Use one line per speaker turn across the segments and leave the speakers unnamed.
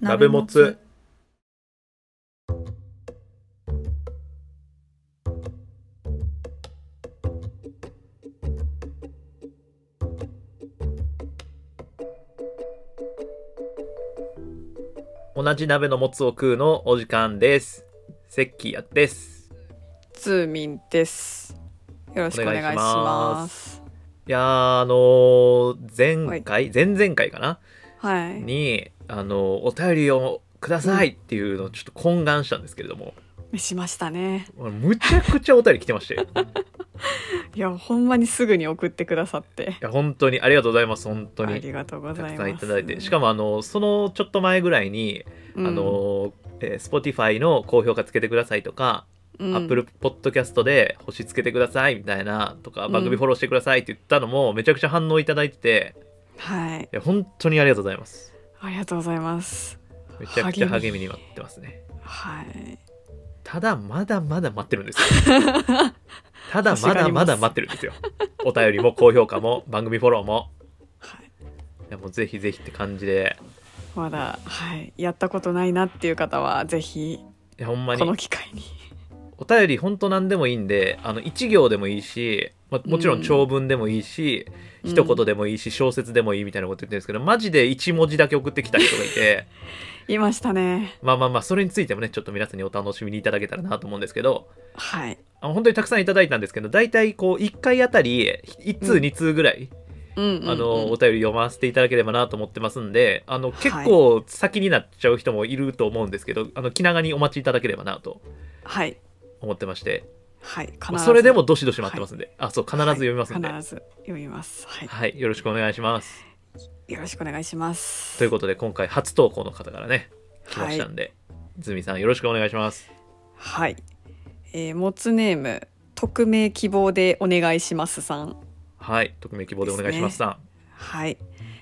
鍋もつ同じ鍋のもつを食うのお時間ですセッキーやです
ツーミンですよろしくお願いします
いやーあのー前回前々回かな
はい
にあのーお便りをくださいっていうのをちょっと懇願したんですけれども、
しましたね
むちゃくちゃお便り来てましてい
いやほんまにすぐに送ってくださって
や本当にありがとうございます本当
あ
に
りがとうご
た
ざいます
くさんいただいてしかもあのそのちょっと前ぐらいに、
うん
あのえー Spotify の高評価つけてくださいとか、
うん
Apple Podcast で星つけてくださいみたいなとか
うん
番組フォローしてくださいって言ったのもめちゃくちゃ反応いただいてて、
はい
いや本当にありがとうございます
ありがとうございます
めちゃくちゃ
励
励
み
みになってますね
はい
ただまだまだ待ってるんです よただまだまだ待ってるんですよお便りも高評価も番組フォローも
はい
いやもうぜひぜひって感じで
まだはいやったことないなっていう方はぜひ
いやほんまに
この機会に
お便り本当何でもいいんであの1行でもいいし、まあもちろん長文でもいいし、
うん
一言でもいいし小説でもいいみたいなこと言ってるんですけどマジで1文字だけ送ってきた人がいて
いましたね
まあまあまあそれについてもねちょっと皆さんにお楽しみにいただけたらなと思うんですけど
はい
あの本当にたくさんいただいたんですけど大体こう1回あたり1通
うん
2通ぐらい、
うんうんうん
あのお便り読ませていただければなと思ってますんであの結構先になっちゃう人もいると思うんですけど、あの気長にお待ちいただければなと
はい
思ってまして
はい必
まあ
ず
それでもどしどし待ってますんで、あそう必ず読みますんで、
はい必ず読みますはい
はい、よろしくお願いします。
よろしくお願いします。
ということで、今回初投稿の方からね、来ましたんで、ズミさんよろしくお願いします。
はい。えー、モツネーム匿名希望でお願いしますさん。
はい、匿名希望でお願いしますさん。
はい。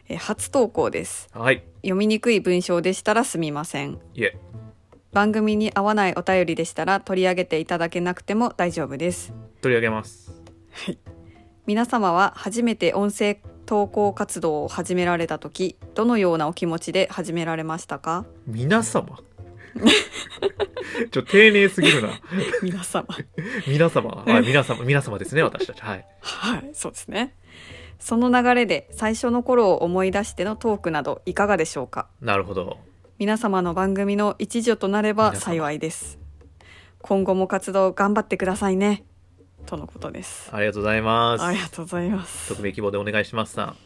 えー初投稿です。
はい、
読みにくい文章でしたらすみません。
いえ、
番組に合わないお便りでしたら取り上げていただけなくても大丈夫です。
取り上げます。
皆様は初めて音声投稿活動を始められた時どのようなお気持ちで始められましたか
皆様。 ちょ、丁寧すぎるな。
皆様
皆様、はい、皆様、皆様ですね、私たち。はい。
はい、そうですね。その流れで最初の頃を思い出してのトークなどいかがでしょうか。
なるほど。
皆様の番組の一助となれば幸いです。今後も活動頑張ってくださいね。とのことです。
ありがとうございま
あり
す。
がとうございます。
匿名希望でお願いしますさん。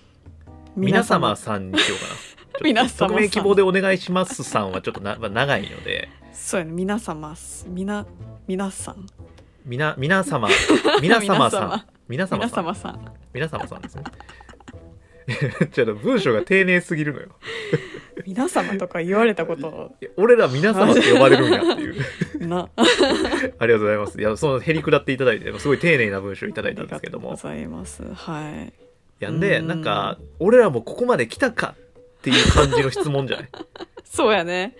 皆
皆様
様さんにしようかな。ちょっと
皆様さん
匿名希望でお願いしますさんはちょっとな、まあ長いので。
そうやね、皆様、皆、皆さん、
みな、皆様、皆様さん。 皆様
皆
さん。
様さん。
皆様さんですね。 ちょっと文章が丁寧すぎるのよ。
皆様とか言われたこと
いや俺ら皆様って呼ばれるんやって いう。
な。
ありがとうございます。いや、そのへりくだっていただいて、すごい丁寧な文章をいただ
あ
いたんですけど
り
も
が。とうございます。はい。
いや、で、
うん
なんか、俺らもここまで来たかっていう感じの質問じ ゃない
そうやね。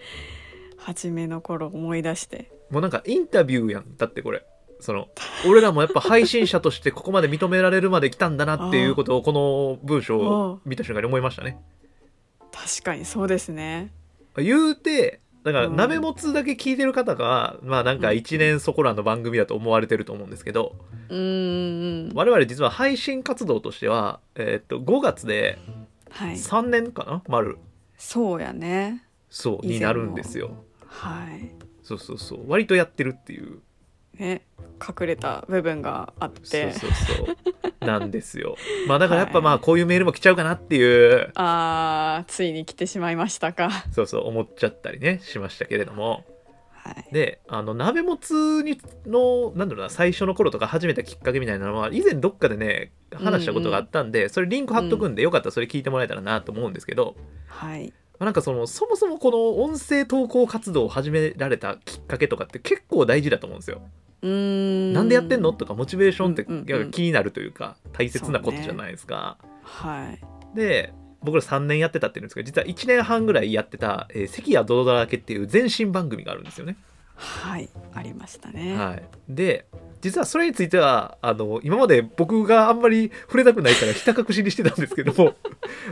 初めの頃思い出して。
もうなんかインタビューやん。だってこれ。その、俺らもやっぱ配信者としてここまで認められるまで来たんだなっていうことを、この文章を見た瞬間に思いましたね。
確かにそうですね。
言うてだから
うん
鍋もつだけ聞いてる方が、まあなんか1年そこらの番組だと思われてると思うんですけど
うーん。
我々実は配信活動としては、えーっと5月で
はい。
3年かな丸
そうやね。
そう
以前も
になるんですよ
はい。
そうそうそう割とやってるっていう
ね、隠れた部分があっ
そう
て
そうそうなんですよまあだからやっぱ
はい
まあこういうメールも来ちゃうかなっていう
あーついに来てしまいましたか
そうそう思っちゃったりねしましたけれども
はい
であの鍋もつにのなんだろうな最初の頃とか始めたきっかけみたいなのは以前どっかでね話したことがあったんで、それリンク貼っとくんで、よかったらそれ聞いてもらえたらなと思うんですけど、
はい
まあなんかそのそもそもこの音声投稿活動を始められたきっかけとかって結構大事だと思うんですよ。
うーん
なんでやってんのとかモチベーションって
うんうんうん
やっぱ気になるというか大切なことじゃないですか。
はい
で僕ら3年やってたっていうんですけど実は1年半ぐらいやってた「えー関谷泥だらけ」っていう前身番組があるんですよね。
はいありましたね、
はい、で実はそれについてはあの今まで僕があんまり触れたくないからひた隠し にしてたんですけども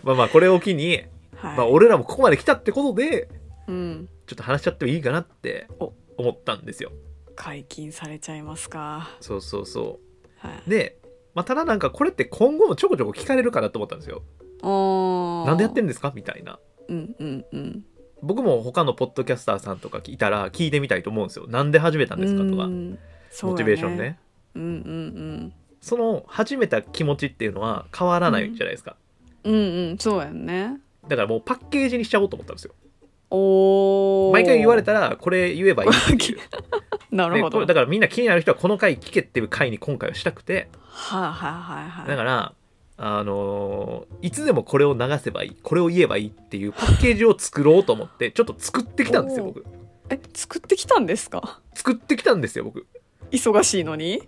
まあまあこれを機に、
はい
まあ、俺らもここまで来たってことで
うん
ちょっと話しちゃってもいいかなって
お
思ったんですよ。
解禁されちゃいますか
そうそうそ
は
う
い
で、まあ、ただなんかこれって今後もちょこちょこ聞かれるかなと思ったんですよ。
お
なんでやって
ん
るんですかみたいな。
うんうんうん
僕も他のポッドキャスターさんとかいたら聞いてみたいと思うんですよ。なんで始めたんですかとか、
うんそう
モ
や
チベーションね。
うんうん
その始めた気持ちっていうのは変わらないじゃないですか。
うんうんうんそうやんね
だからもうパッケージにしちゃおうと思ったんですよ。
おお
毎回言われ
た
たらこれ言えばいい って いう。
なる
ね
ほ
こ
ど
れだからみんな気になる人はこの回聞けっていう回に今回はしたくて、
はいはいはいは
だ
い
から、あのーいつでもこれを流せばいいこれを言えばいいっていうパッケージを作ろうと思ってちょっと作ってきたんですよ
おー
僕
え作ってきたんですか
作ってきたんですよ僕い
忙しいのに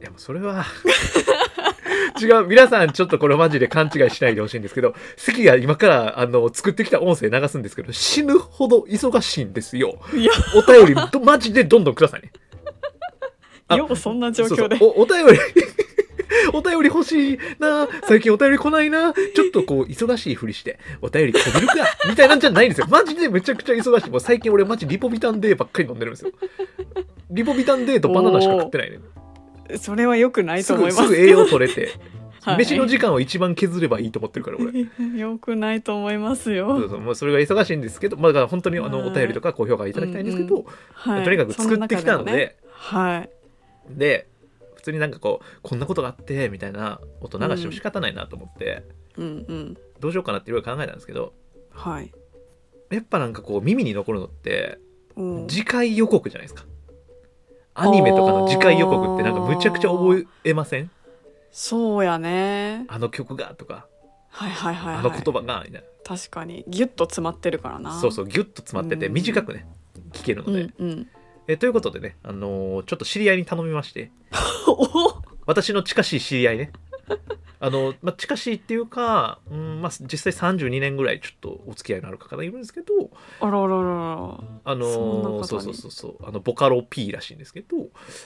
やもうそれは 違う皆さんちょっとこれマジで勘違いしないでほしいんですけど関が今からあの作ってきた音声流すんですけど死ぬほど忙しいんですよ
いや
お便りどマジでどんどんくださいねあ
ようそんな状況で
そうそうおお便り お便り欲しいな最近お便り来ないなちょっとこう忙しいふりしてお便りこびるかみたいなんじゃないんですよマジでめちゃくちゃ忙しいもう最近俺マジリポビタンデーばっかり飲んでるんですよリポビタンデーとバナナしか食っ てないね
それは良くないと
す
思い
ぐ
ます
すぐ栄養取れて、
はい
飯の時間を一番削ればいいと思ってるから 俺
良くないと思います
そう
よ。
そうもうそれが忙しいんですけどまあだから本当にあ
は
の
い
お便りとか高評価いただきたいんですけど、
うんは
とにかく作ってきた
そ中も
ので
ねはい。
で普通になんかこうこんなことがあってみたいな音流しても仕方ないなと思って、
うんうん。
どうしようかなっていろいろ考えたんですけど
はい。
やっぱなんかこう耳に残るのって
うん
次回予告じゃないですかアニメとかの次回予告ってなんかむちゃくちゃ覚えません
そうやね。
あの曲がとか
はいはいはい、はい。
あの言葉がみたい
確かにギュッと詰まってるから
な
な。
そうそうギュッと詰まってて
うん
短くね聞けるの
う
で、
んうん。
えということでね、あのーちょっと知り合いに頼みまして
お
私の近しい知り合いね あの、まあ、近しいっていうか、うんまあ、実際32年ぐらいちょっとお付き合いのある方がいるんですけど、
あらららら。
あの
そんな方
ー
に
そうそうそうそうあのボカロ P らしいんですけど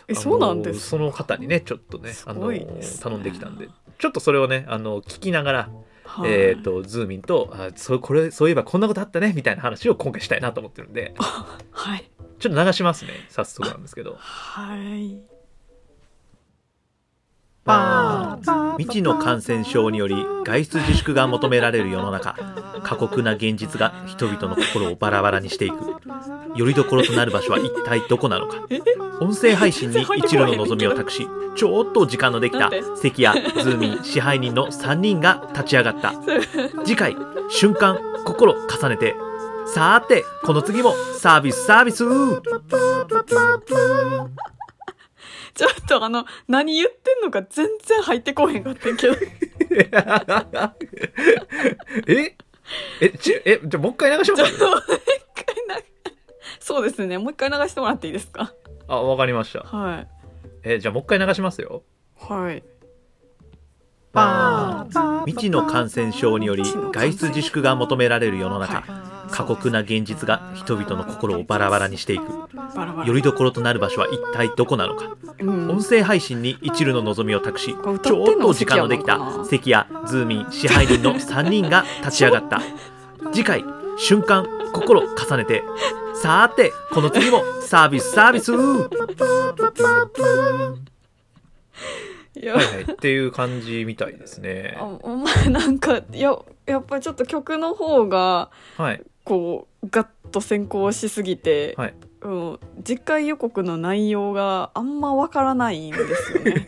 え
あのー
そうなんですか
その方にねちょっとね
す
あの
ごいですね
ー頼んできたんでちょっとそれをねあの聞きながら、
はい、
えっ、とズーミンとあそうこれそういえばこんなことあったねみたいな話を今回したいなと思ってるんで
はい。
ちょっと流しますね早速なんですけど
はい。
バーン未知の感染症により外出自粛が求められる世の中過酷な現実が人々の心をバラバラにしていくよりどころとなる場所は一体どこなのか
え
音声配 信に一縷の望みを託しちょっと時間のできた関谷ズーミン支配人の3人が立ち上がった次回瞬間心重ねてさーてこの次もサービスサービ ス
ちょっとあの何言ってんのか全然入ってこへんかったけど。
ええちえじゃあもう一回流しま
ちょっ
す
ともう一回流そうですねもう一回流してもらっていいですか
あわかりました
はい
えじゃあもう一回流しますよ
はい
バーン未知の感染症により外出自粛が求められる世の中過酷な現実が人々の心をバラバラにしていく
バラバラ
よりどころとなる場所は一体どこなのか
うん
音声配信に一縷の望みを託しち
これ
ょっ
歌ってんの
と時間のできた関谷ズーミン支配人の3人が立ち上がった次回瞬間心重ねてさーてこの次もサービスサービス
いや、
はい、っていう感じみたいですね
あお前なんかややっぱりちょっと曲の方が
はい
こうガッと先行しすぎて、
はい
うん、次回予告の内容があんまわからないんですよ ね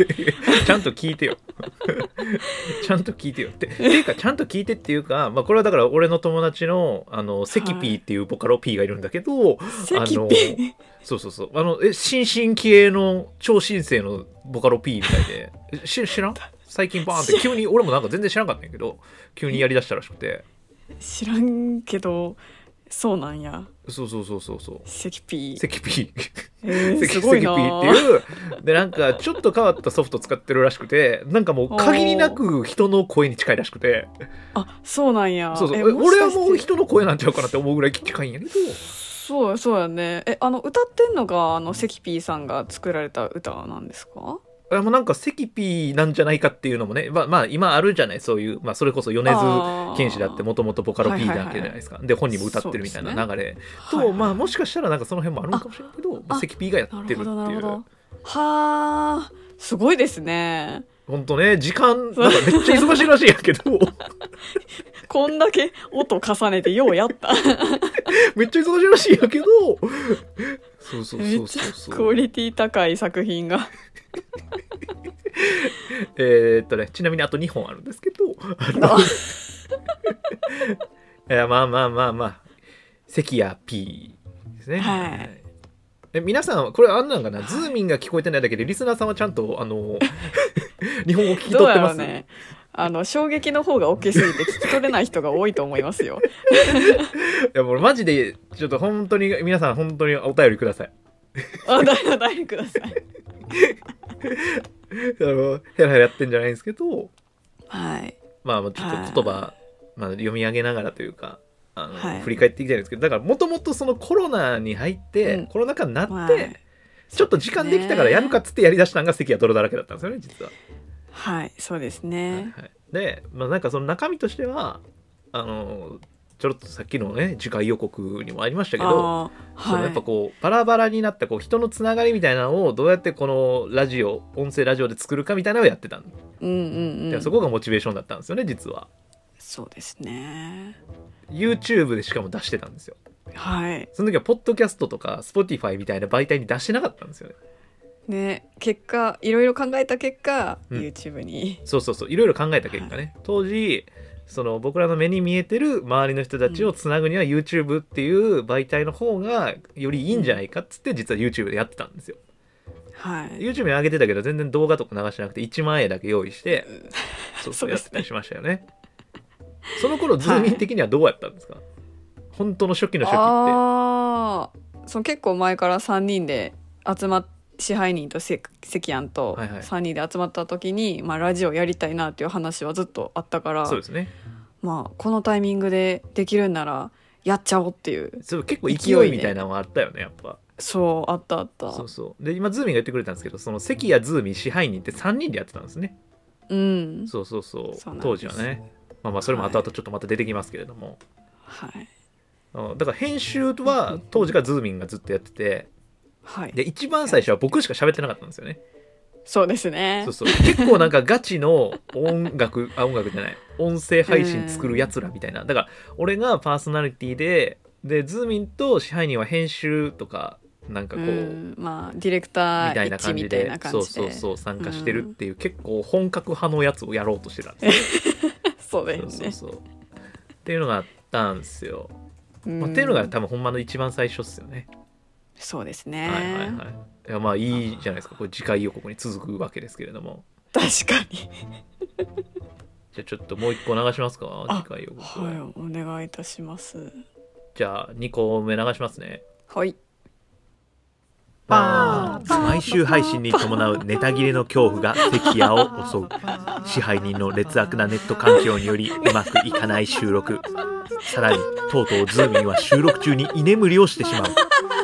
ちゃんと聞いてよ。 ちゃんと聞いてよって。っていうか、ちゃんと聞いてっていうか、まあ、これはだから俺の友達の、あの、セキピーっていうボカロ P がいるんだけど、
セキ
の
ピ
そうそうそう。あの、え、新進気鋭の超新星のボカロ P みたいで、えし知らん最近バーンって急に俺もなんか全然知らなかったんやけど急にやりだしたらしくて
知らんけどそうなんや
そうそうそうそうそう
セキピ
セキピー
えー
セキ
す
セキ
ご
ピ
いな
ーっていうでなんかちょっと変わったソフト使ってるらしくてなんかもう限りなく人の声に近いらしくて
あそうなんや
そうそう
え
え俺は
しか
もう
して
人の声なんちゃうかなって思うぐらい近いんやけど
そうやそうやねえあの歌ってんのがあのセキピーさんが作られた歌なんですか
あもうなんか関 P なんじゃないかっていうのもね、まあ、まあ今あるじゃないそういう、まあ、それこそ米津
剣
剣士だってもともとボカロ P だけじゃないですか、で本人も歌ってるみたいな流れ、と、まあもしかしたらなんかその辺もあるのかもしれないけど、まあ、
あ
関 P がや
な
って
る
る
ほ
っ
どな
て
るほ
いう
どはあすごいですね
本当ね時間なんかめっちゃ忙しいらしいんやけ ど
こんだけ音重ねてようやった
めっちゃ忙しいらしいんやけどそうそう
め
そ
っ
う
ち
そう
ゃ
そう
クオリティ高い作品が
えーっとねちなみにあと2本あるんですけどあの
あ
いやまあまあまあまあ関谷 P ですね
はい
え皆さんはこれあんなんかな、ズーミンが聞こえてないだけでリスナーさんはちゃんとあの 日本語聞き
どう
取っ
や
て
ろ
ま
う
す
ねあの衝撃の方が大きすぎて聞き取れない人が多いと思いますよ
いやもうマジでちょっと本当に皆さん本当にお便りください。
あだいだいください
あのヘラヘラやってんじゃないんですけど、
はい
まあもうちょっと言葉、まあ、読み上げながらというかあの、
はい
振り返っていきたいんですけどだからもともとそのコロナに入って、
うん
コロナ禍になって、
はい
ちょっと時間できたからやるかっつってやりだしたのが関谷泥だらけだったんですよね実は。
はいそうです
はい
ね
はいで、まあ、なんかその中身としてはあのちょろっとさっきのね次回予告にもありましたけど。
あー
そのやっぱこうバラバラになったこう人のつながりみたいなのをどうやってこのラジオ音声ラジオで作るかみたいなのをやってたんで、
うんうんうん
そこがモチベーションだったんですよね実は
そうですね
YouTube でしかも出してたんですよ
はい
その時はポッドキャストとか Spotify みたいな媒体に出してなかったんですよね
ね結果いろいろ考えた結果、
うん
YouTube に
そうそうそういろいろ考えた結果ね当時その僕らの目に見えてる周りの人たちをつなぐには YouTube っていう媒体の方がよりいいんじゃないかっつって実は YouTube でやってたんですよ
はい、
YouTube に上げてたけど全然動画とか流してなくて1万円だけ用意してそうそ
そうう
や
で
っ
すね
てたりしましたよね。その頃ズーミン的にはどうやったんですか、本当の初期の初期っ
ああその結構前から3人で集まっ支配人とせ関庵と
はいはい
3人で集まった時に、まあ、ラジオやりたいなっていう話はずっとあったか
て
ら
そうですね
まあ、このタイミングでできるんならやっちゃおうっていう
そう結構
勢い
勢い
ね
みたいなのはあったよねやっぱ
そうあったあった
そう
う
そうで今ズーミンが言ってくれたんですけどその関谷ズーミン支配人って3人でやってたんですね
ん
そうそうそう
そうなんです
当時はねまあまあそれも後々ちょっとまた出てきますけれども、
はい
うんだから編集は当時からズーミンがずっとやってて
はい
で一番最初は僕しか喋ってなかったんですよね
そうですね
そうそう結構なんかガチの音楽 あ音楽じゃない音声配信作るやつらみたいなだから俺がパーソナリティででズーミンと支配人は編集とかなんかこう、
ん、まあディレクタ
みた
ー
いな
一
感じ
みたい
で
な感じ
そ
で
うそうそう参加してるっていう、結構本格派のやつをやろうとしてたんで
そう
す
だ
よ
よ
そう
ね
そうそうっていうのがあったんですよ、まあ
っ
っていうのが多分ほんまの一番最初っすよね、
そうです
はいはい
ね
はいいやまあいいじゃないですかこれ次回予告に続くわけですけれども
確かに
じゃあちょっともう一個流しますか
あ
次回予告
はい、お願いいたします。
じゃあ2個目流しますね。
はい。
バーン毎週配信に伴うネタ切れの恐怖が関谷を襲う支配人の劣悪なネット環境によりうまくいかない収録さらにとうとうズーミンは収録中に居眠りをしてしまう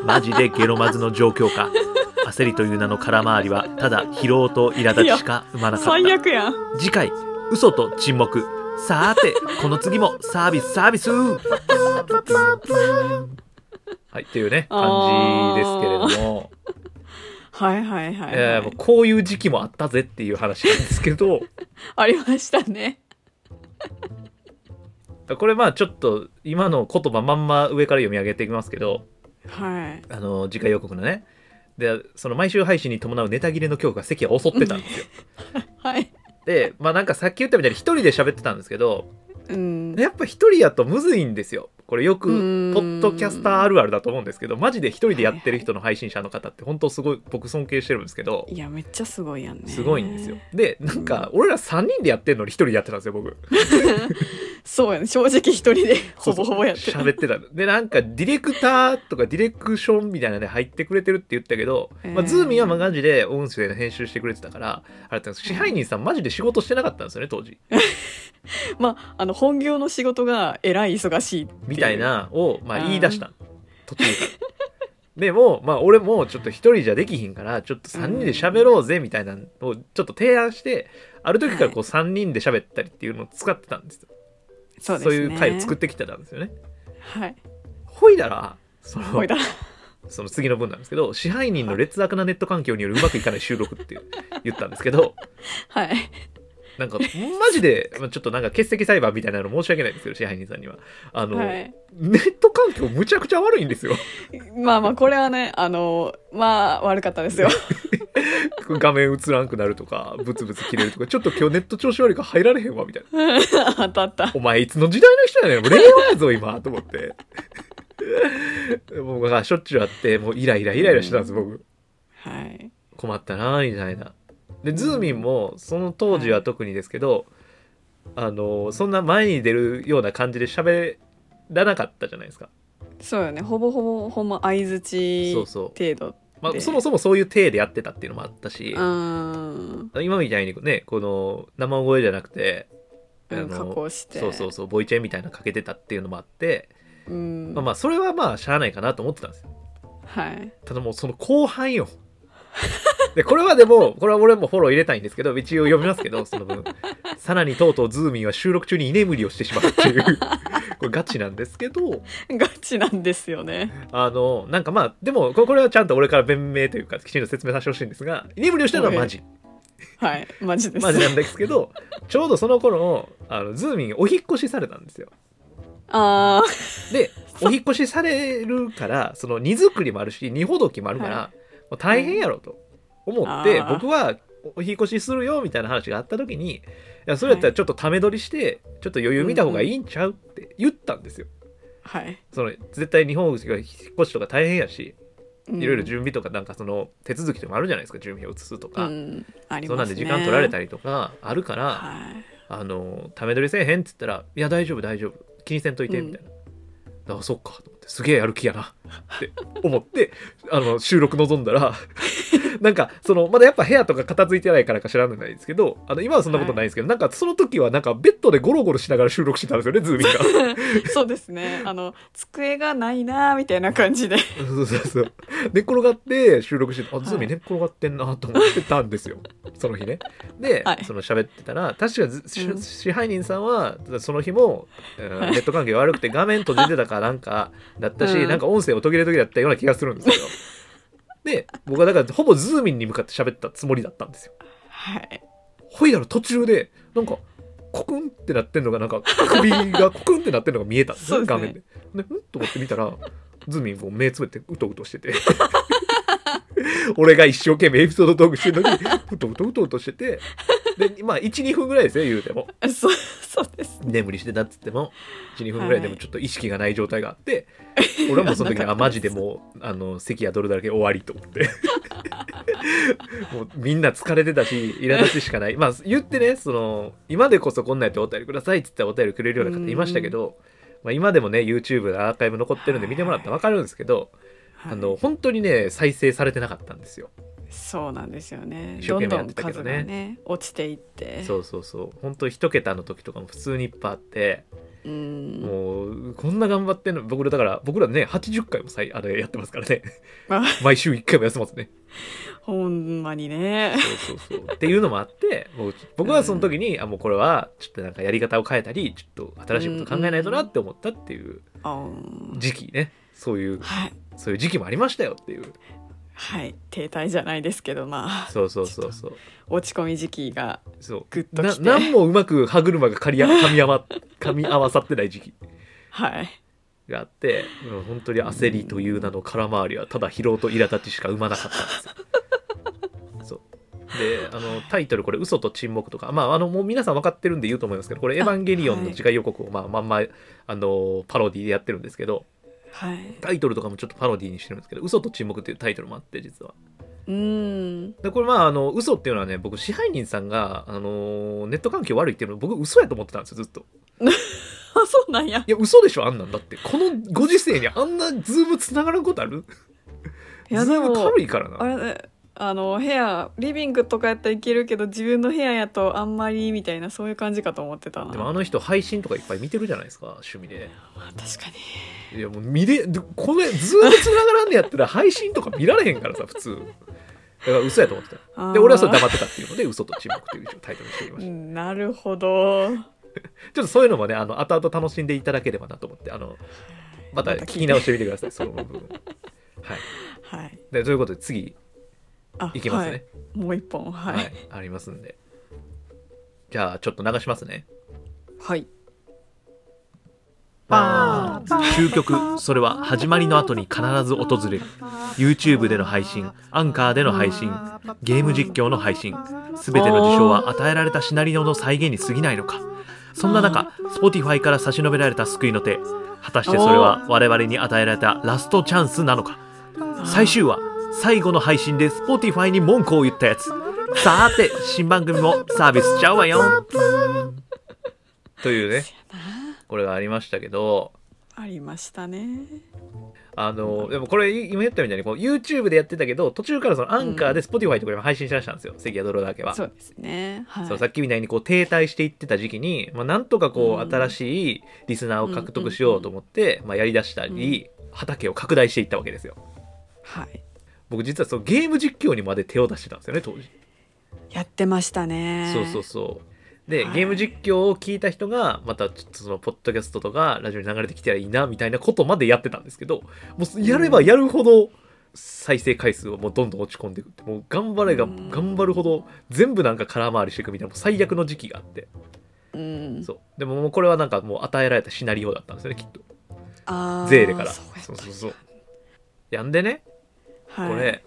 マジでゲロマズの状況か焦りという名の空回りはただ疲労と苛立ちしか生まなかった
最悪やん。
次回嘘と沈黙さーてこの次もサービスサービスはいっていうね感じですけれども、
はいはいはい、
えーもうこういう時期もあったぜっていう話なんですけ ど
ありましたね。
これまあちょっと今の言葉まんま上から読み上げていきますけど
はい。
あの次回予告のねでその毎週配信に伴うネタ切れの恐怖が席を襲ってた んですよ。
はい。
でまあなんかさっき言ったみたいに一人で喋ってたんですけど
うん。
やっぱ一人やとむずいんですよこれよく
うーん
ポッドキャスターあるあるだと思うんですけどマジで一人でやってる人の配信者の方って本当すごい僕尊敬してるんですけど
いや、めっちゃすごいやんね。
すごいんですよ。でなんか俺ら3人でやってるのに一人でやってたんですよ僕
そうやね。正直一人でほぼほぼやって
そう
る。
そう喋ってたでなんかディレクターとかディレクションみたいなので入ってくれてるって言ったけど、
えー
まあ、ズーミンはマジで音声の編集してくれてたからあれだったんです支配人さんマジで仕事してなかったんですよね当時
まあ、あの、本業の仕事がえらい忙しいってう
みたい。なを、まあ、言い出したの途中からでもまあ俺もちょっと一人じゃできひんからちょっと3人で喋ろうぜみたいなのをちょっと提案してある時からこう3人で喋ったりっていうのを使ってたんですよ、
そうです
そ
ね
ういう回を作ってきてたんですよね
はい
ほいだらその
ほいだ
その次の分なんですけど支配人の劣悪なネット環境によるうまくいかない収録って言ったんです けど
はい
なんかマジでまあちょっとなんか欠席裁判みたいなの申し訳ないんですけど支配人さんにはあの、
はい
ネット環境むちゃくちゃ悪いんですよ
まあまあこれはねあのまあ悪かったです よ
画面映らんくなるとかブツブツ切れるとかちょっと今日ネット調子悪いから入られへんわみたいな
あったあった
お前いつの時代の人やねんもう令和やぞ今と思って もうだからしょっちゅうあってもうイライライライラしてたんです僕
はい
困ったなみたいなでズーミンもその当時は特にですけど、あのそんな前に出るような感じで喋らなかったじゃないですか、
そうよねほぼほぼほんま相づち
そうそう
程度
まあ、
で
そもそもそういう体でやってたっていうのもあったし
う、ーん
今みたいにねこの生声じゃなくてあ
う
の
ん加工して
そうそうそうボイチェンみたいなのかけてたっていうのもあって、
うん
まあまあそれはまあしゃあないかなと思ってたんですよ
はい
ただもうその後半よ でこれはでもこれは俺もフォロー入れたいんですけど一応読みます けどその分さらにとうとうズーミンは収録中に居眠りをしてしまうっていう これガチなんですけど
ガチなんですよ ね
あのなんかまあでもここれはちゃんと俺から弁明というかきちんと説明させてほしいんですが居眠りをしたのはマジ
はいマジです
マジなんですけどちょうどその頃あのズーミンお引っ越しされたんですよ
あー
でお引っ越しされるからその荷造りもあるし荷ほどきもあるから、
は
もう大変やろと思って、
あー
僕はお引っ越しするよみたいな話があった時にいやそれやったらちょっとため取りして、ちょっと余裕見た方がいいんちゃうって言ったんですよ。
はい
その絶対日本が引っ越しとか大変やし
うん
いろいろ準備とかなんかその手続きとかもあるじゃないですか準備を移すとか、
うんありますね
そうなんで時間取られたりとかあるから、
はい
あの「ため取りせえへん」っつったら「いや大丈夫大丈夫気にせんといて」
うん
みたいな「あそっか」と思ってすげえやる気やなって思って あの収録臨んだら なんかそのまだやっぱ部屋とか片付いてないからか知らないですけどあの今はそんなことないんですけど、なんかその時はなんかベッドでゴロゴロしながら収録してたんですよねズーミン が。
そうですねあの机がないなーみたいな感じで
そうそうそう寝っ転がって収録してあズーミン寝っ転がってんなと思ってたん ですよその日ねで、
はい
その喋ってたら確かずし
うん
支配人さんはその日も、うんネット関係悪くて画面閉じてたかなんかだったし、
うん
なんか音声を途切れ途切れだったような気がするんですけどで僕はだからほぼズーミンに向かって喋ったつもりだったんですよ
はい
ほいだら途中でなんかコクンってなってんのがなんか首がコクンってなってんのが見えたんです
そう
よ
ですね
画面で。でうんと思って見たらズミンこう目つぶってうとうとし てて俺が一生懸命エピソードトークしてるのにうとうとうとうとしててでまあ12分ぐらいですね言うても
そうそうです
眠りしてたっつっても12分ぐらいでもちょっと意識がない状態があって、俺はもうその 時に
なか
あ
った
マ
で
ジ
す
でもうあの席やドルだらけ終わりと思って もうみんな疲れてたし苛立ちしかないまあ言ってねその今でこそこんなんやってお便りくださいっつってお便りくれるような方いましたけど、まあ、今でもね YouTube のアーカイブ残ってるんで見てもらったら分かるんですけど、
はい
あの本当にね再生されてなかったんですよ。
そうなんですよね
一生
どん
懸命
ど
やっ
ん
てたけど
数
ね
がね落ちていって
そうそうそう本当一桁の時とかも普通にいっぱいあって。
うん
もうこんな頑張ってんの僕らだから僕らね80回もさいあれやってますからね
まあ
毎週1回も休ますね
ほんまにね
そうそうそうっていうのもあってもう僕はその時に、あもうこれはちょっとなんかやり方を変えたりちょっと新しいこと考えないとなって思ったっていう
あうん
時期ねそういう
はい
そういう時期もありましたよっていう
はい停滞じゃないですけどまあ
そうそうそうそう
落ち込み時期が
そう
グッと
な
きて
何もうまく歯車がかりあ噛み合わ噛み合わさってない時期
はい
があってもう本当に焦りという名の空回りはただ疲労と苛立ちしか生まなかったんですよ。そうであのタイトルこれ「嘘と沈黙」とか、まあ、あのもう皆さん分かってるんで言うと思いますけどこれ「エヴァンゲリオン」の次回予告を、まあ、まんまあのパロディでやってるんですけど
はい
タイトルとかもちょっとパロディにしてるんですけど「嘘と沈黙」っていうタイトルもあって実は。
うん
でこれまああの嘘っていうのはね僕支配人さんがあのネット環境悪いっていうの僕嘘やと思ってたんですよずっと。
あそうなんや
いや嘘でしょあんなんだってこのご時世にあんなズームつながらんことある
いやで
ズーム
も
軽いからな
あれあの部屋リビングとかやったらいけるけど自分の部屋やとあんまりみたいなそういう感じかと思ってたな
でもあの人配信とかいっぱい見てるじゃないですか趣味で
まあ確かに
いやもう見れでこれずーっと繋がらんでやったら配信とか見られへんからさ普通だから嘘やと思って
あ
た
ー
で俺はそれ黙ってたっていうので嘘と沈黙というタイトルにしてみま
う
した
んなるほど
ちょっとそういうのもねあの後々楽しんでいただければなと思ってあのまた
また聞いて
聞き直してみてくださいその部分はい
はい
でということで次
あ
いきますね
はいもう一本はい
はい、ありますんでじゃあちょっと流しますね
はい
パーン終局それは始まりの後に必ず訪れる YouTube での配信アンカーでの配信ゲーム実況の配信全ての事象は与えられたシナリオの再現に過ぎないのかそんな中 Spotify から差し伸べられた救いの手果たしてそれは我々に与えられたラストチャンスなのか最終話最後の配信で Spotify に文句を言ったやつさて新番組もサービスちゃうわよというねこれがありましたけど
ありましたね
あのでもこれ今言ったみたいにこう YouTube でやってたけど途中からそのアンカーで Spotify とか今配信しだしたんですよ、関谷泥だけは。
そうですねはい
そうさっきみたいにこう停滞していってた時期に、まあ、なんとかこう
うん
新しいリスナーを獲得しようと思って、まあ、やりだしたり、畑を拡大していったわけですよ
はい
僕実はそのゲーム実況にまで手を出してたんですよね当時、
やってましたね
そうそうそうで、
はい
ゲーム実況を聞いた人がまたちょっとそのポッドキャストとかラジオに流れてきたらいいなみたいなことまでやってたんですけどもうやればやるほど再生回数はもうどんどん落ち込んでいくってもう頑張れが
うん
頑張るほど全部なんか空回りしていくみたいなもう最悪の時期があって
うん
そうでももうこれはなんかもう与えられたシナリオだったんですよねきっと
あー
ゼーレから
そうやった
そうそうそうやんでね
はい
これ、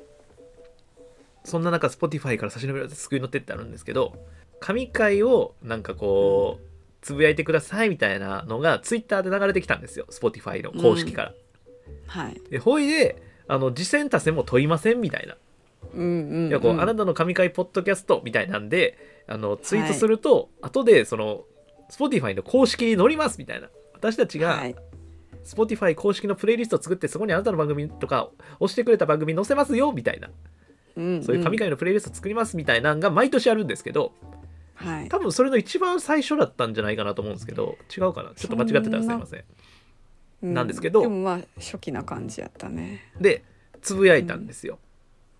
そんな中 Spotify から差し伸べられた救いの手ってあるんですけど神回をなんかこうつぶやいてくださいみたいなのが Twitter で流れてきたんですよ Spotify の公式から、
はい
でほいであの次戦多戦も問いませんみたいな
うんうん、うん、
いやこうあなたの神回ポッドキャストみたいなんであのツイートすると、後でその Spotify の公式に載りますみたいな私たちが
はい
Spotify 公式のプレイリストを作ってそこにあなたの番組とか押してくれた番組載せますよみたいな
うん
そういう神々のプレイリスト作りますみたいなのが毎年あるんですけど
うんはい
多分それの一番最初だったんじゃないかなと思うんですけど違うかなちょっと間違ってたらすいません
う
なんですけど
でもまあ初期な感じやったね
でつぶやいたんですよ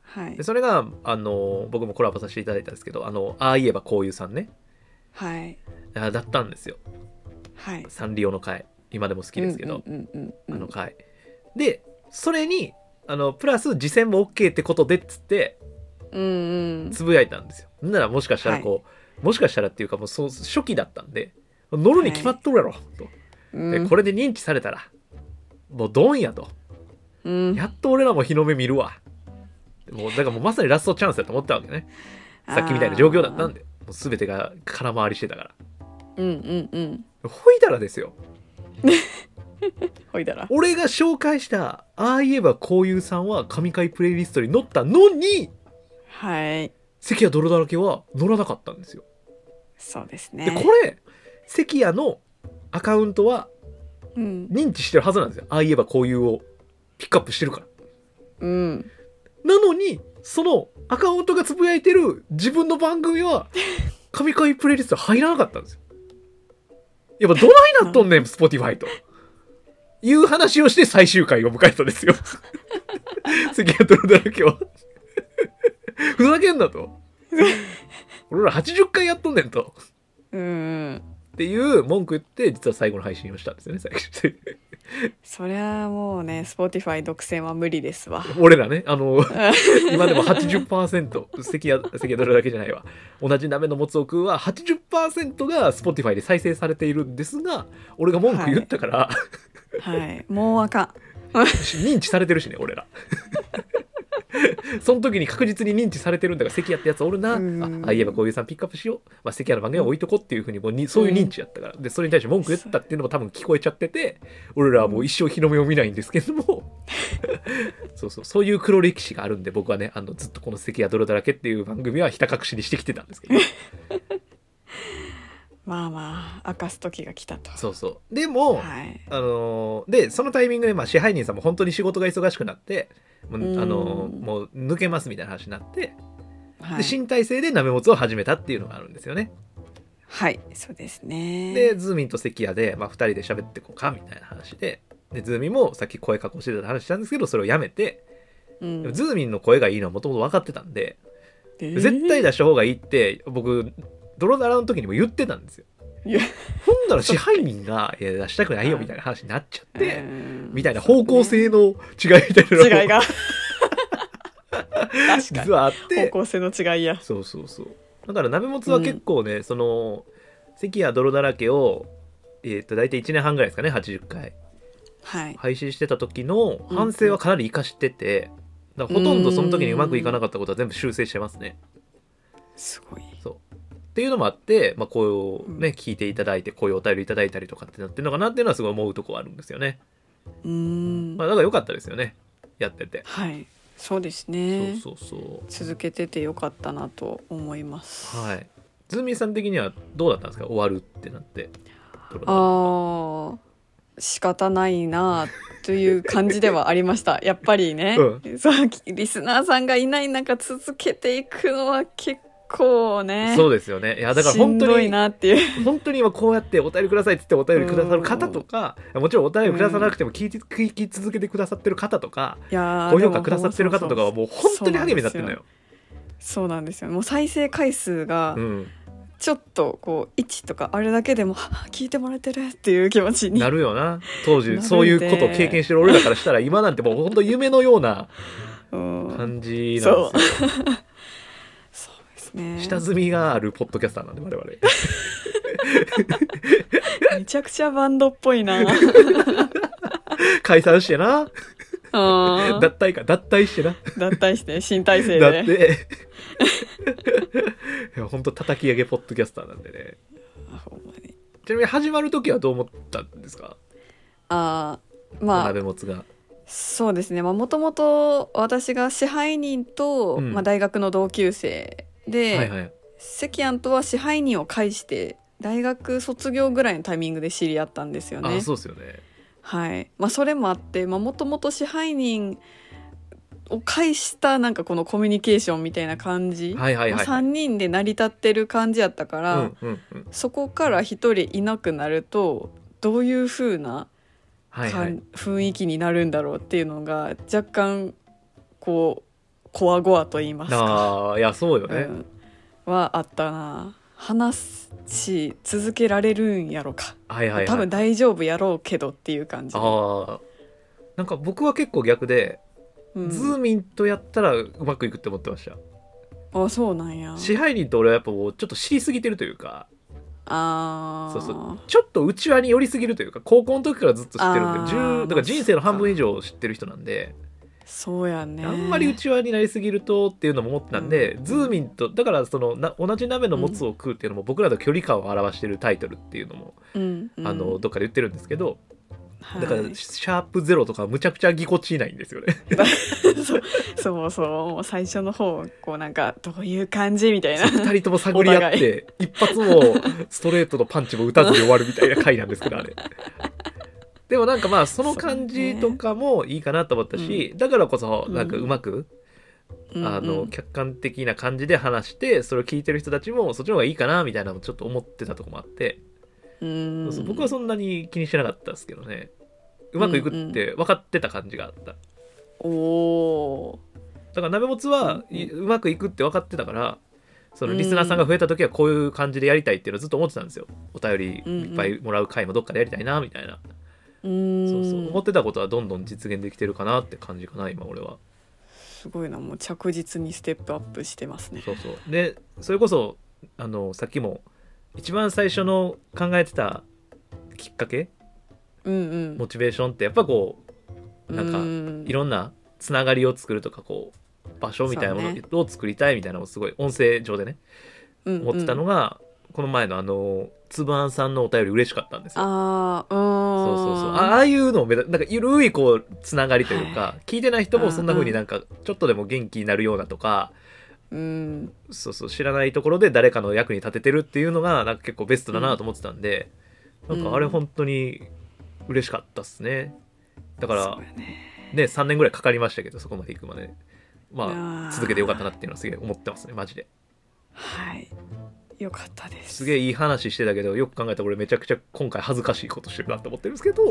はい
でそれがあの僕もコラボさせていただいたんですけどあのああ言えばこういうさんね
はい
あだったんですよ
はい
サンリオの会今でも好きですけど、
うんうんうんうん
あの回でそれにあのプラス次戦も OK ってことでっつって
うんうん
つぶやいたんですよ。なんならもしかしたらこう、もしかしたらっていうかもうそう初期だったんで乗るに決まっとるやろ、と
う
で
ん
これで認知されたらもうドンやと
うん
やっと俺らも日の目見るわもうだからもうまさにラストチャンスだと思ったわけねさっきみたいな状況だったんでもう全てが空回りしてたか
あーうんうんうん
らほいたらですよ
ほいだら
俺が紹介した「ああ言えばこういうさん」は神回プレイリストに載ったのに
はい
関谷泥だらけは乗らなかったんですよ
そうです
で
ね
これ関谷のアカウントは
うん
認知してるはずなんですよああ言えばこういうをピックアップしてるから
うん
なのにそのアカウントがつぶやいてる自分の番組は 神回プレイリスト入らなかったんですよやっぱどないなっとんねん Spotify という話をして最終回を迎えたんですよ関谷トロだらけはふざけんなと俺ら80回やっとんねんと
うんうん
っていう文句言って実は最後の配信をしたんですよね最初
そりゃもうね Spotify 独占は無理ですわ
俺らねあの 今でも80%関谷関谷どれだけじゃないわ同じ鍋のもつを食うは80%が Spotify で再生されているんですが俺が文句言ったから、
はいもうあか
認知されてるしね 俺らその時に確実に認知されてるんだから関谷ってやつおるな
うん
ああいえばこういうさんピックアップしよう、まあ、関谷の番組は置いとこうっていうふうにもうにそういう認知やったからでそれに対して文句言ったっていうのも多分聞こえちゃってて俺らはもう一生日の目を見ないんですけど もそうそうそういう黒歴史があるんで僕はねあのずっと この「関谷泥だらけ」っていう番組はひた隠しにしてきてたんですけど
んまあまあ明かす時が来たと
そうそうでも、
はい
あのーでそのタイミングで、まあ、支配人さんも本当に仕事が忙しくなっても
う
う、
ん
あのーもう抜けますみたいな話になって、
は
で
い、
新体制で鍋もつを始めたっていうのがあるんですよね。
はい、そうですね
でズーミンと関谷で、まあ、2人で喋ってこうかみたいな話で。でズーミンもさっき声加工してた話したんですけどそれをやめて、
うん
でもズーミンの声がいいのはもともと分かってたんで、
えー
絶対出した方がいいって僕泥だらの時にも言ってたんですよ
いや
ほんなら支配人が「いや出したくないよ」みたいな話になっちゃって、
うん
みたいな方向性の違いみたい
そ
な
う
の
ね 違いが確か
実はあっ
に方
て
向性の違いや
そうそうそうだから鍋もつは結構ね、その関や泥だらけをえっと大体1年半ぐらいですかね80回
はい
配信してた時の反省はかなり生かしてて、だからほとんどその時にうまくいかなかったことは全部修正してますね。
すごい
っていうのもあって、まあ、こうね、
うん
聞いていただいてこういうお便りいただいたりとかってなってるのかなっていうのはすごい思うとこはあるんですよね。
うーん、
まあ、だから良かったですよねやってて。
はいそうですね
そうそうそう
続けててよかったなと思います
はい。ズーミンさん的にはどうだったんですか終わるってなって。
あー仕方ないなという感じではありま したやっぱりね、
う
そうリスナーさんがいない中続けていくのは結構ね
そうですよね。いやだから
しん
本
ど
当
い
に
なっていう
本当に今こうやってお便りくださいって言ってお便りくださる方とか、もちろんお便りくださらなくても聞いて聞き続けてくださってる方とか、
いやー
高評
で
価
も
くださってる方とかはもう本当に励みになってるのよ。
そうなんですよもう再生回数が
うん、
ちょっとこう1とかあれだけでもはぁ聞いてもらえてるっていう気持ちに
なるよな当
なるんで
時そういうことを経験してる俺らからしたら今なんてもう本当夢のような
うん
感じなんですよ
そうですね
下積みがあるポッドキャスターなんで我々
めちゃくちゃバンドっぽい なうん
解散してな脱退か脱退してな
脱退して新体制
だっ
で
て いや本当叩き上げポッドキャスターなんでね
あほんまに
ちなみに始まる時はどう思ったんですか
あーまあ
鍋もつが
そうですねもともと私が支配人と、
うん
まあ、大学の同級生で、
はいはい
関庵とは支配人を介して大学卒業ぐらいのタイミングで知り合ったんですよね
あ。そうですよね
はいまあ、それもあってもともと支配人を介したなんかこのコミュニケーションみたいな感じ、
はいはいはい
まあ、3
はい
人で成り立ってる感じやったから、
うんうんうん
そこから一人いなくなるとどういう風な
はい
か
は
ん
い
雰囲気になるんだろうっていうのが若干こうこわごわと言いますか、
ああいやそうよ
う
ね
ん、はあったな話し続けられるんやろか、
はいはいはい
多分大丈夫やろうけどっていう感じ、
ああなんか僕は結構逆で、
うん
ズーミンとやったらうまくいくって思ってました、
あそうなんや
支配人と俺はやっぱもうちょっと知りすぎてるというか
あ
そうそうちょっと内輪に寄りすぎるというか高校の時からずっと知ってるん
あー
で10だから人生の半分以上知ってる人なんで、
そうやね
あんまり内輪になりすぎるとっていうのも思ってたんで、
うん
ズーミンとだからそのな同じ鍋のもつを食うっていうのも僕らの距離感を表してるタイトルっていうのも、
うんうん
あのどっかで言ってるんですけど、
はい
だからシャープゼロとかむちゃくちゃぎこちないんです よね
そうそうそうもう最初の方こうなんかどういう感じみたいな
二人とも探り合 って一発もストレートのパンチも打たずに終わるみたいな回なんですけど あれでもなんかまあその感じとかもいいかなと思ったし、だからこそなんかうまく、あ
うんう
の
ん
客観的な感じで話してそれを聞いてる人たちもそっちの方がいいかなみたいなのもちょっと思ってたとこもあって、
うん
そうそう僕はそんなに気にしてなかったですけどねうまくいくって分かってた感じがあった
おお
だから鍋もつは、
うんうん
いうまくいくって分かってたからそのリスナーさんが増えた時はこういう感じでやりたいっていうのをずっと思ってたんですよお便りいっぱいもらう回もどっかでやりたいなみたいな、
うーん
そうそう思ってたことはどんどん実現できてるかなって感じかな今俺は
すごいなもう着実にステップアップしてますね
そうそうでそれこそあのさっきも一番最初の考えてたきっかけ
うんうん
モチベーションってやっぱこうなんかいろんなつながりを作るとかこう場所みたいなも
そうね
のを作りたいみたいなのをすごい音声上でね思ってたの
が
が、この前のあのつぶあんさんのお便り嬉しかったんですよ。
ああ
そううんそうそうあああいうのを目指なんかゆるいこうつながりというか、聞いてない人もそんな風になんかちょっとでも元気になるようなとか、
うん
そうそう知らないところで誰かの役に立ててるっていうのがなんか結構ベストだなと思ってたんで、
うん
なんかあれ本当に嬉しかったっすねだか
そ
ら
うやね
ね3年ぐらいかかりましたけどそこまで行くまで
あ
まあ
ー
続けてよかったなっていうのはすげえ思ってますねマジで
はいよかったです
すげえいい話してたけどよく考えたら俺めちゃくちゃ今回恥ずかしいことしてるなって思ってるんですけど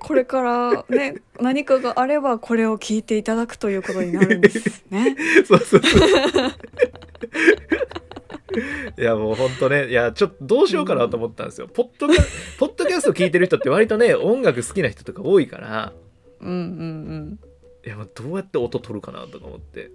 これからね 何かがあればこれを聞いていただくということになるんですね
そうそうそういやもうほんとねいやちょっとどうしようかなと思ったんですよ、ポッドキャポッドキャスト聞いてる人って割とね音楽好きな人とか多いから
うんうん
いやまあどうやって音取るかなとか思って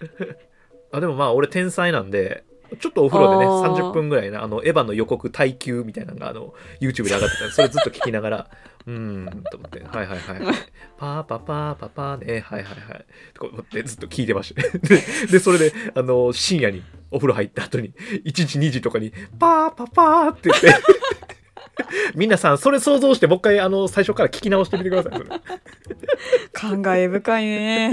あでもまあ俺天才なんでちょっとお風呂でね
あー
30分ぐらいなあのエヴァの予告耐久みたいなのがあの YouTube で上がってたんでそれずっと聞きながら うーんと思ってはいはいはいパーパパーパパーねはいはいはいとか思ってずっと聞いてましたねででそれであの深夜にお風呂入った後に1時2時とかにパーパパーって 言って皆さんそれ想像してもう一回あの最初から聞き直してみてくださいそれ
うん感慨深いね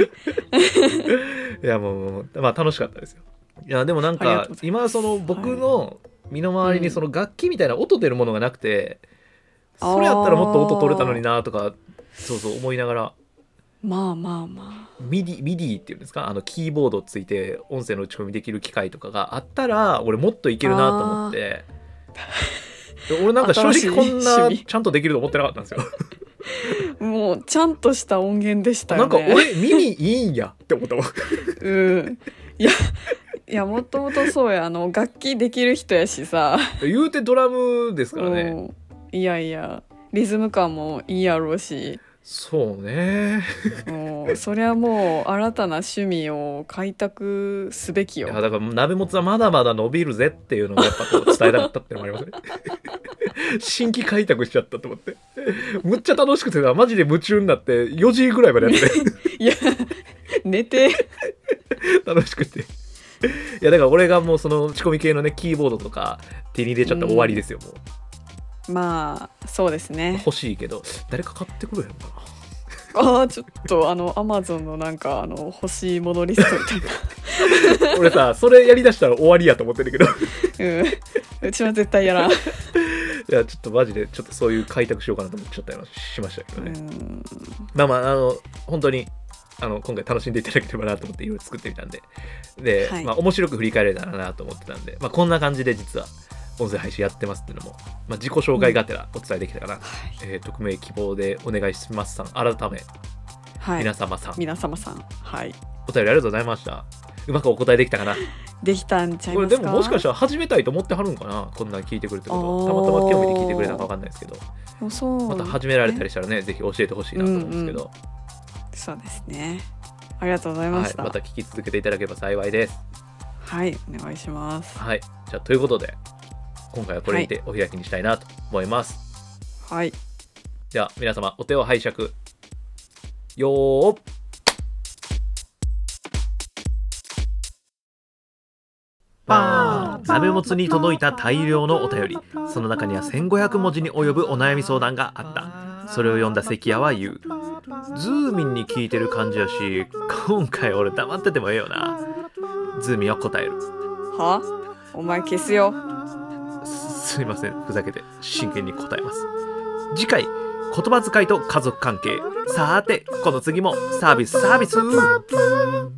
いやもうもう、まあ、楽しかったですよ。いやでもなん
ありが
か
とうございます
今その僕の身の回りにその楽器みたいな音出るものがなくて、
あー
それやったらもっと音取れたのになとかそうそう思いながら
まあまあま
ミディミディっていうんですかあのキーボードついて音声の打ち込みできる機械とかがあったら俺もっといけるなと思って。で俺なんか
新
正
しい
直こんな
趣味
ちゃんとできると思ってなかったんですよ。
あもうちゃんとした音源でした
な
よ
んか
ね
俺耳いいんやって思ったわ。
うんいやいやもともとそうやあの楽器できる人やしさ、
言うてドラムですからね。
うんいやいやリズム感もいいやろうし
そうね。
もうそりゃもう新たな趣味を開拓すべき
い
よ
やだから鍋もつはまだまだ伸びるぜっていうのをやっぱこう伝えたかったっていうのもありますね 新規開拓しちゃったと思ってむっちゃ楽しくてさマジで夢中になって4時ぐらいまでやってて
いや寝て
楽しくていやだから俺がもうその打ち込み系のねキーボードとか手に入れちゃったら終わりですよ、もう
まあそうですね
欲しいけど誰か買ってくれへんかな
ああちょっとあのアマゾンのなんかあの欲しいものリストみたいな
俺さそれやりだしたら終わりやと思ってるけどい
うん、うちは絶対やらん、
やちょっとマジでちょっとそういう開拓しようかなと思っちゃったりはしましたけど
う
ね、
ん、
まあまあ、あの、本当に、あの、今回楽しんでいただければなと思っていろいろ作ってみたんで、で、
はい
まあ、面白く振り返れたらなと思ってたんで、まあ、こんな感じで実は、音声配信やってますっていうのも、まあ、自己紹介がてらお伝えできたかな。えー匿名希望でお願いしますさん、改め、
はい
皆様さん、
皆様さんはい
お便りありがとうございました。うまくお答えできたかな。
できたんちゃい
こ
ま
れ
すか
でももしかしたら始めたいと思ってはるんかなこんなん聞いてくるってことたまたま興味で聞いてくれたのかわかんないですけど
もうそう
また始められたりしたらねぜひ教えてほしいなと思うんですけど、
そうですねありがとうございま
は
し
い、
た
また聞き続けていただければ幸いです
はい、お願いします
はい。じゃあ、ということで、今回はこれにてお開きにしたいなと思います。
はい
では、皆様、お手を拝借。よーっ
バーン
鍋もつに届いた大量のお便りその中には1500文字に及ぶお悩み相談があったそれを読んだ関谷は言うズーミンに聞いてる感じやし今回俺黙っててもええよなズーミンは答える
はお前消すよ
すすいませんふざけて真剣に答えます次回言葉遣いと家族関係さーてこの次もサービスサービス
Bye.